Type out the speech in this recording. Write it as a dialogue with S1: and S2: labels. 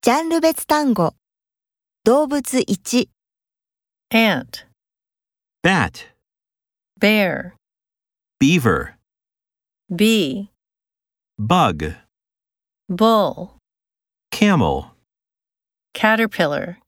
S1: ジャンル別単語。動物1、
S2: ant,
S3: bat,
S2: bear,
S3: beaver,
S2: bee,
S3: bug,
S2: bull,
S3: camel.
S2: caterpillar.